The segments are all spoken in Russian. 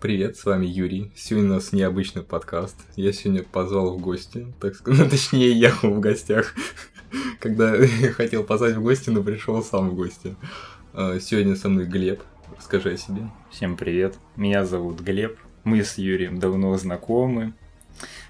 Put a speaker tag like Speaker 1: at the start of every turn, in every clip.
Speaker 1: Привет, с вами Юрий. Сегодня у нас необычный подкаст. Я сегодня позвал в гости, так сказать, ну, точнее, я был в гостях, когда хотел позвать в гости, но пришел сам в гости. А, Сегодня со мной Глеб. Расскажи о себе.
Speaker 2: Всем привет, меня зовут Глеб, мы с Юрием давно знакомы,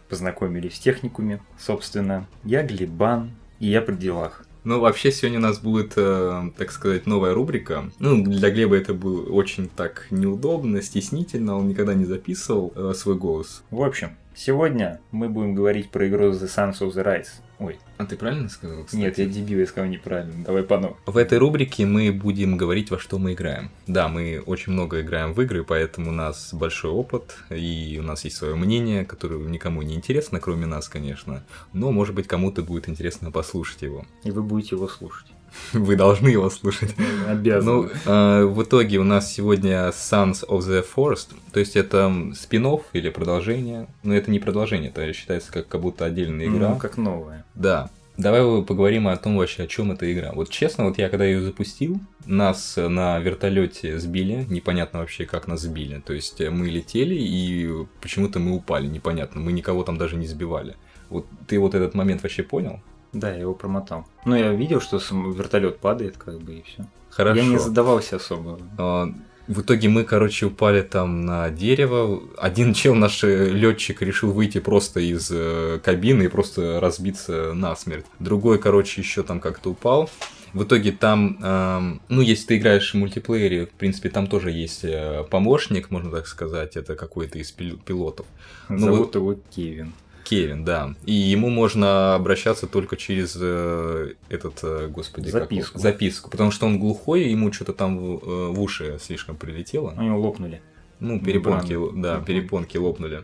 Speaker 2: познакомились в техникуме, собственно, я Глебан, и я при делах.
Speaker 1: Ну, вообще, сегодня у нас будет, э, так сказать, новая рубрика. Ну, для Глеба это было очень так неудобно, стеснительно, он никогда не записывал э, свой голос.
Speaker 2: В общем, сегодня мы будем говорить про игру The Sons of the Rise. Ой,
Speaker 1: А ты правильно сказал, кстати?
Speaker 2: нет, я дебил, я сказал неправильно, давай по новой.
Speaker 1: В этой рубрике мы будем говорить, во что мы играем. Да, мы очень много играем в игры, поэтому у нас большой опыт, и у нас есть свое мнение, которое никому не интересно, кроме нас, конечно. Но, может быть, кому-то будет интересно послушать его.
Speaker 2: И вы будете его слушать.
Speaker 1: Вы должны его слушать.
Speaker 2: Обязан.
Speaker 1: Ну, э, в итоге у нас сегодня Sons of the Forest, то есть это спин или продолжение. Но это не продолжение, это считается как, как будто отдельная игра.
Speaker 2: Ну, как новая.
Speaker 1: Да. Давай вы поговорим о том вообще, о чем эта игра. Вот честно, вот я когда ее запустил, нас э, на вертолете сбили, непонятно вообще, как нас сбили. То есть э, мы летели и почему-то мы упали, непонятно. Мы никого там даже не сбивали. Вот ты вот этот момент вообще понял?
Speaker 2: Да, я его промотал. Но я видел, что сам вертолет падает, как бы, и все.
Speaker 1: Хорошо.
Speaker 2: Я не задавался особо.
Speaker 1: А, В итоге мы, короче, упали там на дерево. Один чел, наш э, летчик, решил выйти просто из э, кабины и просто разбиться насмерть. Другой, короче, еще там как-то упал. В итоге там, эм, ну, если ты играешь в мультиплеере, в принципе, там тоже есть э, помощник, можно так сказать, это какой-то из пил- пилотов. Ну,
Speaker 2: Зовут его Кевин.
Speaker 1: Кевин, да. И ему можно обращаться только через э, этот, э, господи, как его?
Speaker 2: Записку.
Speaker 1: записку. Потому что он глухой, и ему что-то там в, э, в уши слишком прилетело.
Speaker 2: Они его лопнули.
Speaker 1: Ну, перепонки, л- да,
Speaker 2: Мгм.
Speaker 1: перепонки лопнули.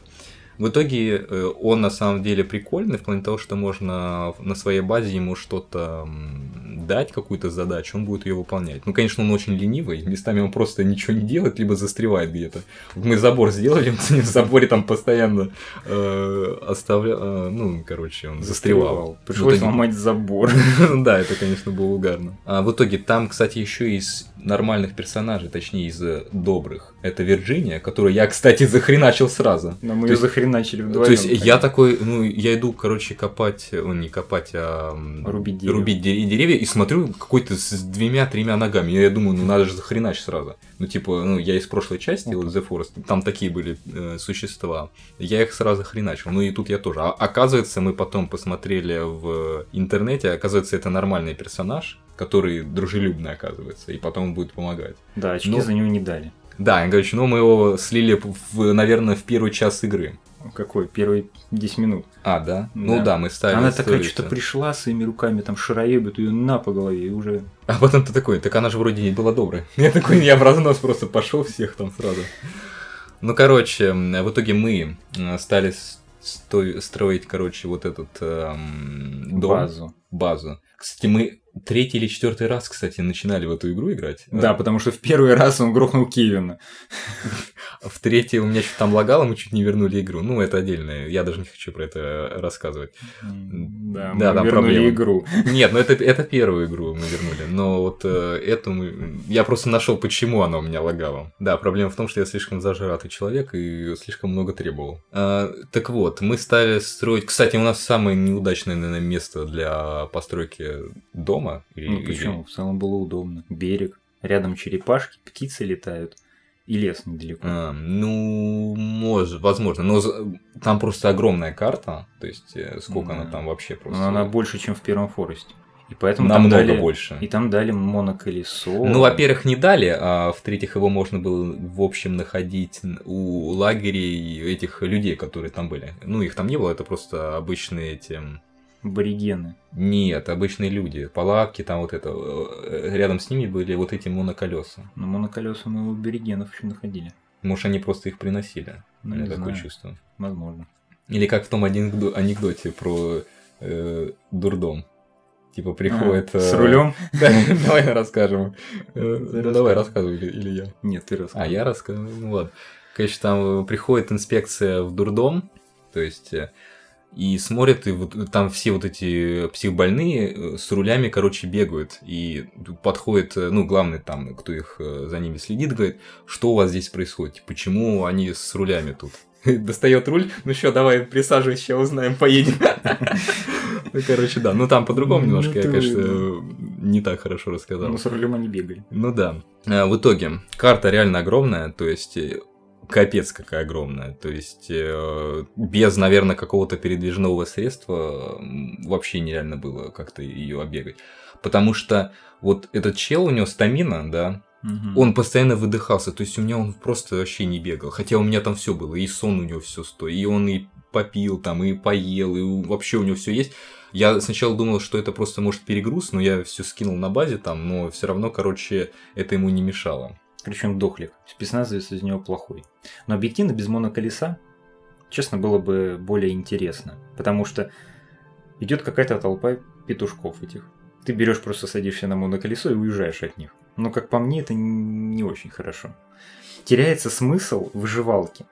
Speaker 1: В итоге э, он на самом деле прикольный в плане того, что можно в- на своей базе ему что-то м, дать, какую-то задачу, он будет ее выполнять. Ну, конечно, он очень ленивый, местами он просто ничего не делает, либо застревает где-то. Вот Мы забор сделали, он в заборе там постоянно э, оставля- э, ну, короче, он застревал.
Speaker 2: Пришлось
Speaker 1: В итоге-
Speaker 2: ломать забор.
Speaker 1: Да, это, конечно, было угарно. А в итоге там, кстати, еще из нормальных персонажей, точнее, из э, добрых. Это Вирджиния, которую я, кстати, захреначил сразу.
Speaker 2: Но мы
Speaker 1: То
Speaker 2: ее
Speaker 1: есть-
Speaker 2: захреначили вдвоем.
Speaker 1: То есть я
Speaker 2: конечно.
Speaker 1: такой, ну, я иду, короче, копать, э, ну, не копать, а м,
Speaker 2: Рубить дерево.
Speaker 1: рубить де- деревья, и смотрю, какой-то с двумя-тремя ногами. Я, думаю, ну, надо же захреначить сразу. Ну, типа, ну, я из прошлой части,
Speaker 2: Ну,
Speaker 1: вот The Forest, там такие были э, существа. Я их сразу хреначил. Ну, и тут я тоже. А, оказывается, мы потом посмотрели в интернете, оказывается, это нормальный персонаж, который дружелюбный, оказывается, и потом будет помогать.
Speaker 2: Да, очки
Speaker 1: Ну-
Speaker 2: за него не дали.
Speaker 1: Да, короче, ну, мы его слили, в, наверное, в первый час игры.
Speaker 2: Какой? Первые 10 минут.
Speaker 1: А, да? Ну
Speaker 2: Да.
Speaker 1: да, мы ставили
Speaker 2: Она такая
Speaker 1: сторицу.
Speaker 2: что-то пришла своими руками, там шароебит ее на по голове и уже...
Speaker 1: А потом ты такой, так она же вроде не была доброй. Я такой, я в разнос просто пошел всех там сразу. Ну, короче, м, в итоге мы э, стали с- сто- строить, короче, вот этот эм, дом, базу.
Speaker 2: Базу.
Speaker 1: Кстати, мы третий или четвертый раз, кстати, начинали в эту игру играть.
Speaker 2: Да,
Speaker 1: Э,
Speaker 2: потому что в первый раз он грохнул Кевина.
Speaker 1: В третий у меня что-то там лагало, мы чуть не вернули игру. Ну, это отдельное, я даже не хочу про это э, рассказывать.
Speaker 2: Да, мы
Speaker 1: Да, там
Speaker 2: вернули
Speaker 1: проблема.
Speaker 2: игру.
Speaker 1: Нет, ну это, это первую игру мы вернули, но вот э, эту мы... Я просто нашел, почему она у меня лагала. Да, проблема в том, что я слишком зажратый человек и слишком много требовал. А, так вот, мы стали строить... Кстати, у нас самое неудачное, наверное, место для постройки дома. или-
Speaker 2: Ну почему? В целом было удобно. Берег, рядом черепашки, птицы летают и лес недалеко.
Speaker 1: А, ну, может, возможно, но за- там просто огромная карта, то есть э, сколько она
Speaker 2: Да.
Speaker 1: там вообще
Speaker 2: Но
Speaker 1: просто...
Speaker 2: Ну, она больше, чем в первом форесте. И поэтому там
Speaker 1: намного
Speaker 2: дали...
Speaker 1: больше.
Speaker 2: И там дали моноколесо.
Speaker 1: Ну, во-первых, не дали, а в-третьих, его можно было, в общем, находить н- у лагерей этих людей, которые там были. Ну, их там не было, это просто обычные эти... м,
Speaker 2: Аборигены.
Speaker 1: Нет, обычные люди, палатки, там вот это... э, э, Рядом с ними были вот эти моноколеса.
Speaker 2: Но моноколеса мы у аборигенов еще находили.
Speaker 1: Может, они просто их приносили,
Speaker 2: Ну,
Speaker 1: у меня
Speaker 2: не
Speaker 1: такое
Speaker 2: знаю.
Speaker 1: чувство.
Speaker 2: Возможно.
Speaker 1: Или как в том анекдо- анекдоте про э, дурдом. Типа приходит...
Speaker 2: А, С
Speaker 1: э,
Speaker 2: рулем?
Speaker 1: Да, Давай расскажем. Э,
Speaker 2: Ты
Speaker 1: ну, Давай
Speaker 2: рассказывай.
Speaker 1: рассказывай, или- или я.
Speaker 2: Нет, ты рассказывай.
Speaker 1: А, я рассказываю, ну ладно. Короче, там э, приходит инспекция в дурдом, то есть э, И смотрят, и вот э, там все вот эти психбольные э, с рулями, короче, бегают. И подходит, э, ну, главный там, кто их э, за ними следит, говорит, что у вас здесь происходит, почему они с рулями тут. Достает руль, ну что, давай присаживайся, сейчас узнаем, поедем. Ну, короче, да, ну там по-другому
Speaker 2: Ну,
Speaker 1: немножко, я,
Speaker 2: ты-
Speaker 1: конечно, э, не так хорошо рассказал.
Speaker 2: Ну, с рулем они бегали.
Speaker 1: Ну да. Э, В итоге, карта реально огромная, то есть э, капец какая огромная. То есть э, без, наверное, какого-то передвижного средства м, вообще нереально было как-то ее обегать. Потому что вот этот чел, у него стамина, да,
Speaker 2: Мгм.
Speaker 1: он постоянно выдыхался, то есть у меня он просто вообще не бегал. Хотя у меня там все было, и сон у него все сто, и он и попил там, и поел, и у- вообще у него все есть. Я сначала думал, что это просто может перегруз, но я все скинул на базе там, но все равно, короче, это ему не мешало.
Speaker 2: Короче, он дохлик. Спецназовец из него плохой. Но объективно без моноколеса, честно, было бы более интересно. Потому что идет какая-то толпа петушков этих. Ты берешь, просто садишься на моноколесо и уезжаешь от них. Но, как по мне, это н- не очень хорошо. Теряется смысл выживалки.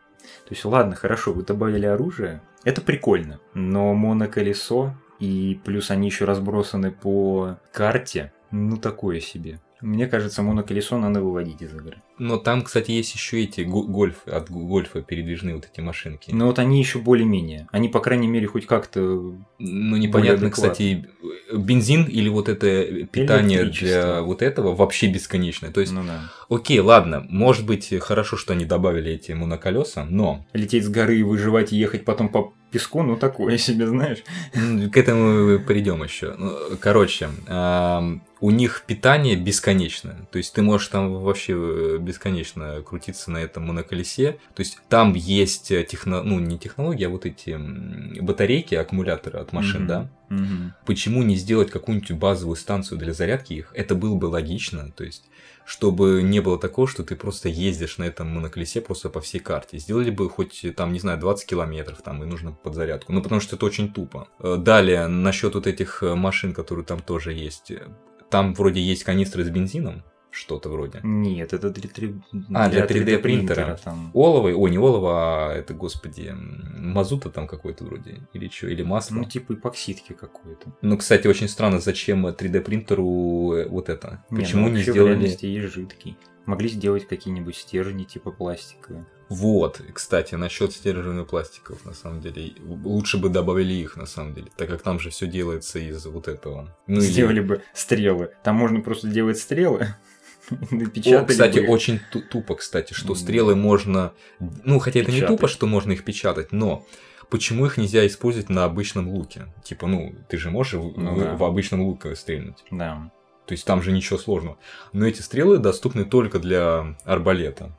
Speaker 2: То есть, ладно, хорошо, вы добавили оружие. Это прикольно. Но моноколесо и плюс они еще разбросаны по карте. Ну, такое себе. Мне кажется, моноколесо надо выводить из игры.
Speaker 1: Но там, кстати, есть еще эти го- гольф, от го- гольфа передвижные вот эти машинки.
Speaker 2: Но вот они еще более-менее. Они, по крайней мере, хоть как-то...
Speaker 1: Ну, непонятно,
Speaker 2: Более
Speaker 1: кстати, бензин или вот это питание для
Speaker 2: электричество.
Speaker 1: вот этого вообще бесконечное. То есть,
Speaker 2: Ну да.
Speaker 1: окей, ладно, может быть, хорошо, что они добавили эти моноколеса, но
Speaker 2: Лететь с горы и выживать, и ехать потом по песку, ну такое себе, знаешь.
Speaker 1: М, К этому придем еще. Ну, Короче, ам, у них питание бесконечное. То есть ты можешь там вообще э, бесконечно крутиться на этом моноколесе. То есть там есть э, техно... ну, не технология, а вот эти м, батарейки, аккумуляторы от машин,
Speaker 2: Мгм.
Speaker 1: да?
Speaker 2: Мгм.
Speaker 1: Почему не сделать какую-нибудь базовую станцию для зарядки их? Это было бы логично. То есть чтобы не было такого, что ты просто ездишь на этом моноколесе просто по всей карте. Сделали бы хоть, там, не знаю, 20 километров там и нужно под зарядку. Ну, потому что это очень тупо. Э, Далее, насчет вот этих э, машин, которые там тоже есть. э, Там вроде есть канистры с бензином, что-то вроде.
Speaker 2: Нет, это для, три-
Speaker 1: А, для 3D
Speaker 2: 3D
Speaker 1: принтера.
Speaker 2: там.
Speaker 1: Олово, ой, не олово, а это, господи, м, мазута там какой-то вроде, или что, или масло.
Speaker 2: Ну, типа эпоксидки какой-то.
Speaker 1: Ну, кстати, очень странно, зачем 3D принтеру э, вот это?
Speaker 2: Не,
Speaker 1: Почему
Speaker 2: ну,
Speaker 1: не
Speaker 2: вообще в
Speaker 1: сделали...
Speaker 2: реальности есть жидкий. Могли сделать какие-нибудь стержни типа пластиковые.
Speaker 1: Вот, кстати, насчет стержневых пластиков, на самом деле, лучше бы добавили их, на самом деле, так как там же все делается из вот этого. Ну, или-
Speaker 2: Сделали бы стрелы. Там можно просто делать стрелы. и
Speaker 1: О,
Speaker 2: напечатали
Speaker 1: кстати,
Speaker 2: бы их.
Speaker 1: очень ту- тупо, кстати, что
Speaker 2: М.
Speaker 1: стрелы можно... Ну, хотя это не
Speaker 2: Печатать.
Speaker 1: тупо, что можно их печатать, но почему их нельзя использовать на обычном луке? Типа, ну, ты же можешь в-
Speaker 2: Ну
Speaker 1: в-
Speaker 2: да.
Speaker 1: в обычном луке стрельнуть.
Speaker 2: Да.
Speaker 1: То есть там же ничего сложного. Но эти стрелы доступны только для арбалета.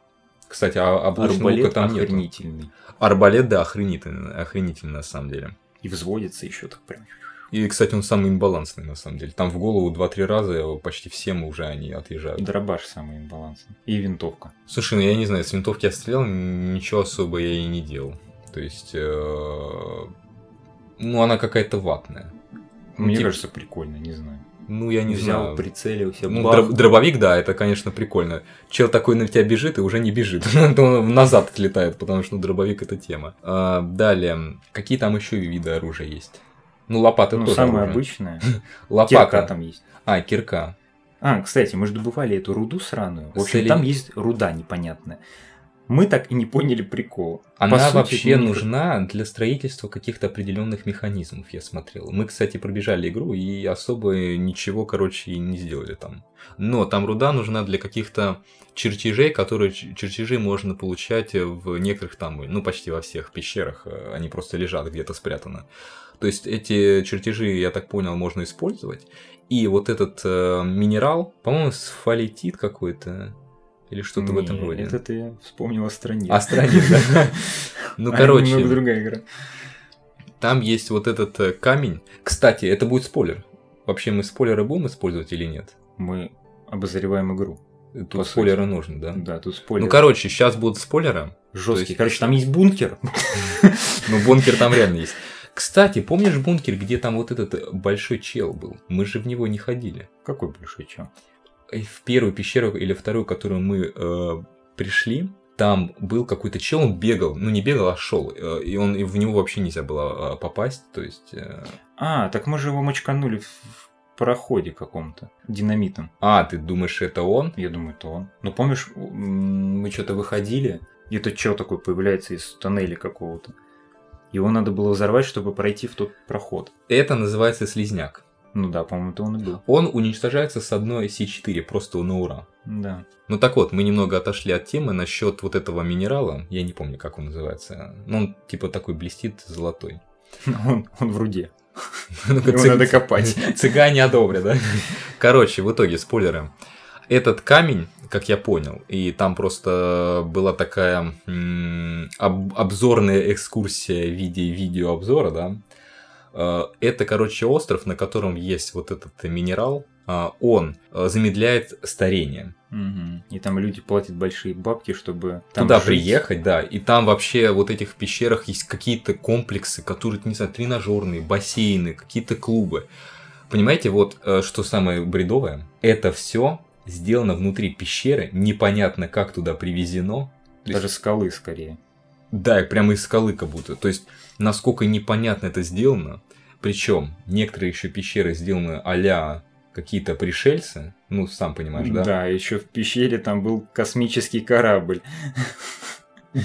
Speaker 1: Кстати, а обычного лука
Speaker 2: Арбалет
Speaker 1: там нет.
Speaker 2: охренительный.
Speaker 1: Арбалет, да, охренительно, охренительно на самом деле.
Speaker 2: И взводится еще так прям.
Speaker 1: И, кстати, он самый имбалансный, на самом деле. Там в голову 2-3 раза почти всем уже они отъезжают.
Speaker 2: Дробаш самый имбалансный. И винтовка.
Speaker 1: Слушай, ну я не знаю, с винтовки я стрелял, н- ничего особо я и не делал. То есть, э, ну она какая-то ватная. Ну,
Speaker 2: Мне
Speaker 1: типа-
Speaker 2: кажется, прикольно, не знаю.
Speaker 1: Ну я не
Speaker 2: Взял,
Speaker 1: знаю.
Speaker 2: прицелился,
Speaker 1: Ну,
Speaker 2: бах.
Speaker 1: дроб- дробовик, да, это, конечно, прикольно. Чел такой на тебя бежит и уже не бежит. Он назад отлетает, потому что ну, дробовик это тема. А, далее, какие там еще виды оружия есть? Ну, лопата
Speaker 2: Ну,
Speaker 1: тоже
Speaker 2: самое
Speaker 1: оружие.
Speaker 2: обычное.
Speaker 1: Лопата.
Speaker 2: Кирка там есть.
Speaker 1: А, кирка.
Speaker 2: А, кстати, мы же добывали эту руду сраную. В общем,
Speaker 1: Целей-
Speaker 2: там есть руда непонятная. Мы так и не поняли прикол.
Speaker 1: Она
Speaker 2: сути, ну,
Speaker 1: вообще
Speaker 2: это не-
Speaker 1: нужна для строительства каких-то определенных механизмов, я смотрел. Мы, кстати, пробежали игру и особо ничего, короче, и не сделали там. Но там руда нужна для каких-то чертежей, которые ч- чертежи можно получать в некоторых там, ну почти во всех пещерах, э, они просто лежат где-то спрятаны. То есть эти чертежи, я так понял, можно использовать. И вот этот э, минерал, по-моему, сфалитит какой-то или что-то в этом
Speaker 2: Не,
Speaker 1: роде.
Speaker 2: Это ты вспомнила страницу.
Speaker 1: Астронит, да? Ну, короче.
Speaker 2: А Немного другая игра.
Speaker 1: Там есть вот этот э, камень. Кстати, это будет спойлер. Вообще мы спойлеры будем использовать или нет?
Speaker 2: Мы обозреваем игру.
Speaker 1: Тут
Speaker 2: По сути.
Speaker 1: спойлеры нужны, да?
Speaker 2: Да, тут
Speaker 1: Ну,
Speaker 2: спойлер.
Speaker 1: короче, сейчас будут спойлеры.
Speaker 2: Жесткий.
Speaker 1: то есть- э,
Speaker 2: Короче, там есть бункер.
Speaker 1: Ну, бункер там реально есть. Кстати, помнишь бункер, где там вот этот э, большой чел был? Мы же в него не ходили.
Speaker 2: Какой большой чел?
Speaker 1: Э, В первую пещеру или вторую, которую мы э, пришли, Там был какой-то чел, он бегал, ну не бегал, а шел, и он и в него вообще нельзя было э, попасть, то есть. э,
Speaker 2: А, так мы же его мочканули в- в пароходе каком-то, динамитом.
Speaker 1: А, ты думаешь, это он?
Speaker 2: Я думаю, это он. Но помнишь, м, мы что-то выходили, и этот чел такой появляется из тоннеля какого-то. Его надо было взорвать, чтобы пройти в тот проход.
Speaker 1: Это называется слизняк.
Speaker 2: Ну да, по-моему, это он и был.
Speaker 1: Он уничтожается с одной С4, просто на ура.
Speaker 2: Да.
Speaker 1: Ну так вот, мы немного отошли от темы насчет вот этого минерала. Я не помню, как он называется. Ну, он типа такой блестит золотой.
Speaker 2: Он, он в руде.
Speaker 1: Ну, как
Speaker 2: Его
Speaker 1: цыг-
Speaker 2: надо копать.
Speaker 1: Цыгане одобрят, да? Короче, в итоге, спойлеры. Этот камень, как я понял, и там просто была такая м, об- обзорная экскурсия в виде видеообзора, да. Э, Это, короче, остров, на котором есть вот этот минерал. А, Он э, замедляет старение.
Speaker 2: Мгм. И там люди платят большие бабки, чтобы там
Speaker 1: Туда
Speaker 2: жить.
Speaker 1: приехать, Ну да. И там вообще вот этих пещерах есть какие-то комплексы, которые, не знаю, тренажерные, бассейны, какие-то клубы. Понимаете, вот э, что самое бредовое? Это все сделано внутри пещеры, непонятно, как туда привезено. То есть-
Speaker 2: Даже скалы скорее.
Speaker 1: да, и прямо из скалы как будто. То есть, насколько непонятно это сделано. Причем, некоторые еще пещеры сделаны а-ля какие-то пришельцы. Ну, сам понимаешь, да?
Speaker 2: Да, еще в пещере там был космический корабль.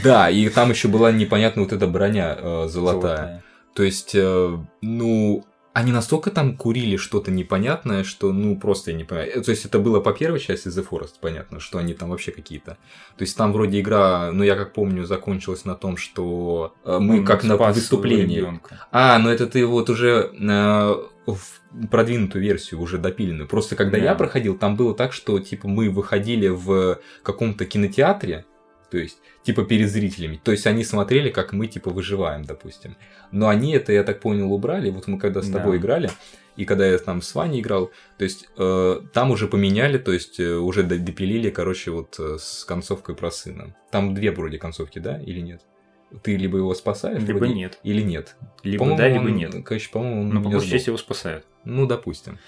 Speaker 1: Да, и там еще была непонятна вот эта броня э, золотая. То есть, э, ну, они настолько там курили что-то непонятное, что, ну, просто я не понимаю. Э, То есть, это было по первой части The Forest, понятно, что они там вообще какие-то. То есть, там вроде игра, ну, я как помню, закончилась на том, что э, мы
Speaker 2: Он
Speaker 1: как на
Speaker 2: Ну, спас своего
Speaker 1: выступлении.
Speaker 2: ребёнка.
Speaker 1: А, ну это ты вот уже э, в продвинутую версию, уже допиленную. Просто когда я
Speaker 2: Да.
Speaker 1: проходил, там было так, что типа мы выходили в каком-то кинотеатре, то есть типа перед зрителями. То есть они смотрели, как мы типа выживаем, допустим. Но они это, я так понял, убрали. Вот мы когда с
Speaker 2: Да.
Speaker 1: тобой играли, и когда я там с Ваней играл, то есть э, там уже поменяли, то есть э, уже до- допилили, короче, вот э, с концовкой про сына. Там две вроде концовки, да, или нет? Ты либо его спасаешь,
Speaker 2: Либо
Speaker 1: вроде,
Speaker 2: нет.
Speaker 1: или нет.
Speaker 2: Либо
Speaker 1: По-моему,
Speaker 2: да, либо
Speaker 1: он-
Speaker 2: нет. Ну,
Speaker 1: Короче, по-моему, он
Speaker 2: Но по
Speaker 1: не
Speaker 2: большей
Speaker 1: сдох.
Speaker 2: части его спасают.
Speaker 1: Ну, допустим.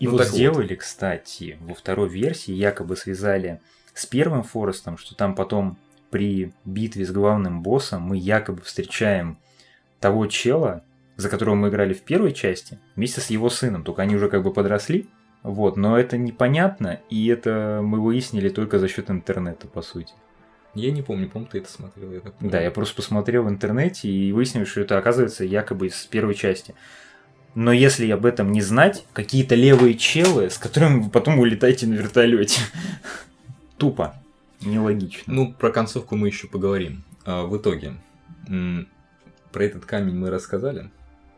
Speaker 2: И
Speaker 1: Ну,
Speaker 2: вот
Speaker 1: так вот.
Speaker 2: сделали, кстати, во второй версии якобы связали с первым Форестом, что там потом при битве с главным боссом мы якобы встречаем того чела, за которого мы играли в первой части, вместе с его сыном. Только они уже как бы подросли. Вот, но это непонятно, и это мы выяснили только за счет интернета, по сути.
Speaker 1: Я не помню, по-моему, ты это смотрел. Я так понимаю.
Speaker 2: Да, я просто посмотрел в интернете и выяснил, что это оказывается якобы из первой части. Но если об этом не знать, какие-то левые челы, с которыми вы потом улетаете на вертолете. Тупо. Нелогично.
Speaker 1: Ну, про концовку мы еще поговорим. А, в итоге, м, про этот камень мы рассказали.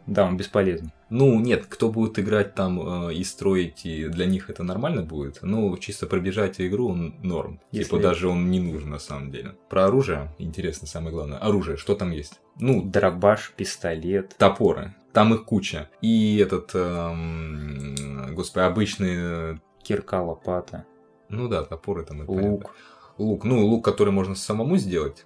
Speaker 2: Да, он бесполезен.
Speaker 1: Ну, нет, кто будет играть там э, и строить, и для них это нормально будет. Ну, чисто пробежать игру, он норм.
Speaker 2: Если-
Speaker 1: Типа даже он не нужен на самом деле. Про оружие, интересно самое главное. Оружие, что там есть? Ну,
Speaker 2: Дробаш, пистолет.
Speaker 1: топоры. Там их куча. И этот, эм, господи, обычные, э,
Speaker 2: Кирка, лопата,
Speaker 1: ну да, топоры там. это понятно.
Speaker 2: лук,
Speaker 1: лук. Ну, лук, который можно самому сделать.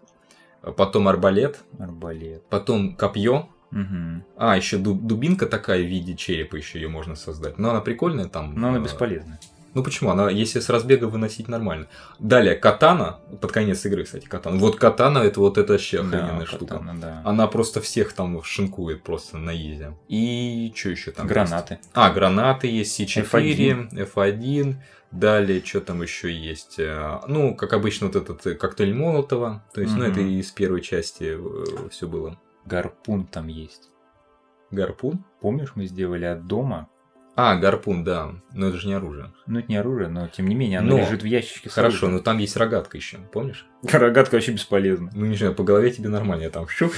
Speaker 1: А Потом арбалет.
Speaker 2: арбалет.
Speaker 1: Потом копье.
Speaker 2: Мгм.
Speaker 1: А, еще дубинка такая в виде черепа еще ее можно создать. Но она прикольная там.
Speaker 2: Но она
Speaker 1: э,
Speaker 2: бесполезна.
Speaker 1: Ну почему? Она, если с разбега выносить нормально. Далее, катана. Под конец игры, кстати, катана. Вот катана это вот это вообще охрененная
Speaker 2: Да,
Speaker 1: штука.
Speaker 2: катана, да.
Speaker 1: Она просто всех там шинкует просто на изи. И что еще там? есть?
Speaker 2: Гранаты.
Speaker 1: А, гранаты есть, C4, F1. Далее, что там еще есть? Э, Ну, как обычно, вот этот э, коктейль Молотова. То есть, ну, это
Speaker 2: Мгм.
Speaker 1: из первой части все было.
Speaker 2: Гарпун там есть.
Speaker 1: Гарпун?
Speaker 2: Помнишь, мы сделали от дома?
Speaker 1: А, гарпун, да. Но это же не оружие.
Speaker 2: Ну, это не оружие, но тем не менее, оно
Speaker 1: Но-
Speaker 2: лежит в ящичке. с
Speaker 1: Хорошо,
Speaker 2: оружием.
Speaker 1: но там есть рогатка еще, помнишь?
Speaker 2: Рогатка вообще бесполезна.
Speaker 1: Ну, не знаю, по голове тебе нормально, я там щуп.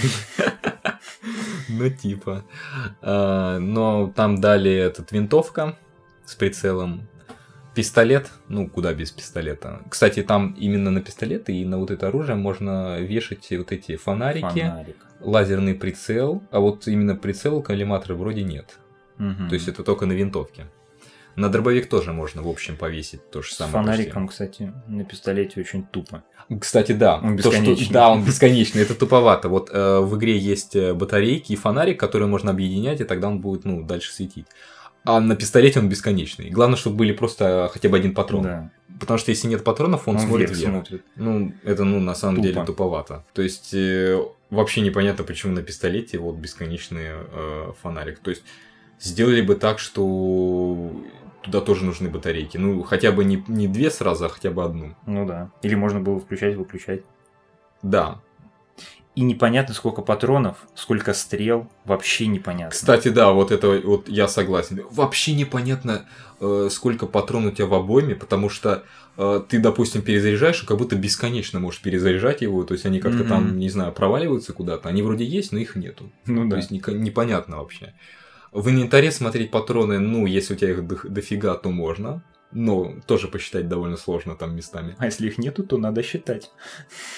Speaker 1: Ну, типа. А, Но там дали этот винтовка с прицелом. Пистолет, ну куда без пистолета. Кстати, там именно на пистолеты и на вот это оружие можно вешать вот эти фонарики,
Speaker 2: Фонарик.
Speaker 1: лазерный прицел, а вот именно прицел коллиматора вроде нет.
Speaker 2: Мгм.
Speaker 1: То есть это только на винтовке. На дробовик тоже можно, в общем, повесить то же
Speaker 2: с
Speaker 1: самое.
Speaker 2: фонариком, кстати, на пистолете очень тупо.
Speaker 1: Кстати, да.
Speaker 2: Он
Speaker 1: То, что-
Speaker 2: бесконечный.
Speaker 1: да, он бесконечный. Это туповато. Вот э, в игре есть э, батарейки и фонарик, которые можно объединять, и тогда он будет, ну, дальше светить. А на пистолете он бесконечный. Главное, чтобы были просто хотя бы один патрон.
Speaker 2: Да.
Speaker 1: Потому что если нет патронов, он,
Speaker 2: Он
Speaker 1: смотрит
Speaker 2: вверх
Speaker 1: вверх.
Speaker 2: смотрит.
Speaker 1: Ну, это, ну, на самом
Speaker 2: Тупо.
Speaker 1: деле туповато. То есть, э, вообще непонятно, почему на пистолете вот бесконечный э, фонарик. То есть, сделали бы так, что туда тоже нужны батарейки. Ну, хотя бы не, не две сразу, а хотя бы одну.
Speaker 2: Ну да. Или можно было включать, выключать.
Speaker 1: Да.
Speaker 2: И непонятно, сколько патронов, сколько стрел, вообще непонятно.
Speaker 1: Кстати, да, вот это вот я согласен. Вообще непонятно, э, сколько патрон у тебя в обойме, потому что э, ты, допустим, перезаряжаешь, и как будто бесконечно можешь перезаряжать его. То есть, они как-то
Speaker 2: Мгм.
Speaker 1: там, не знаю, проваливаются куда-то. Они вроде есть, но их нету.
Speaker 2: ну
Speaker 1: То есть ника- непонятно вообще. В инвентаре смотреть патроны, ну, если у тебя их дох- дофига, то можно. Но тоже посчитать довольно сложно там местами.
Speaker 2: А если их нету, то надо считать.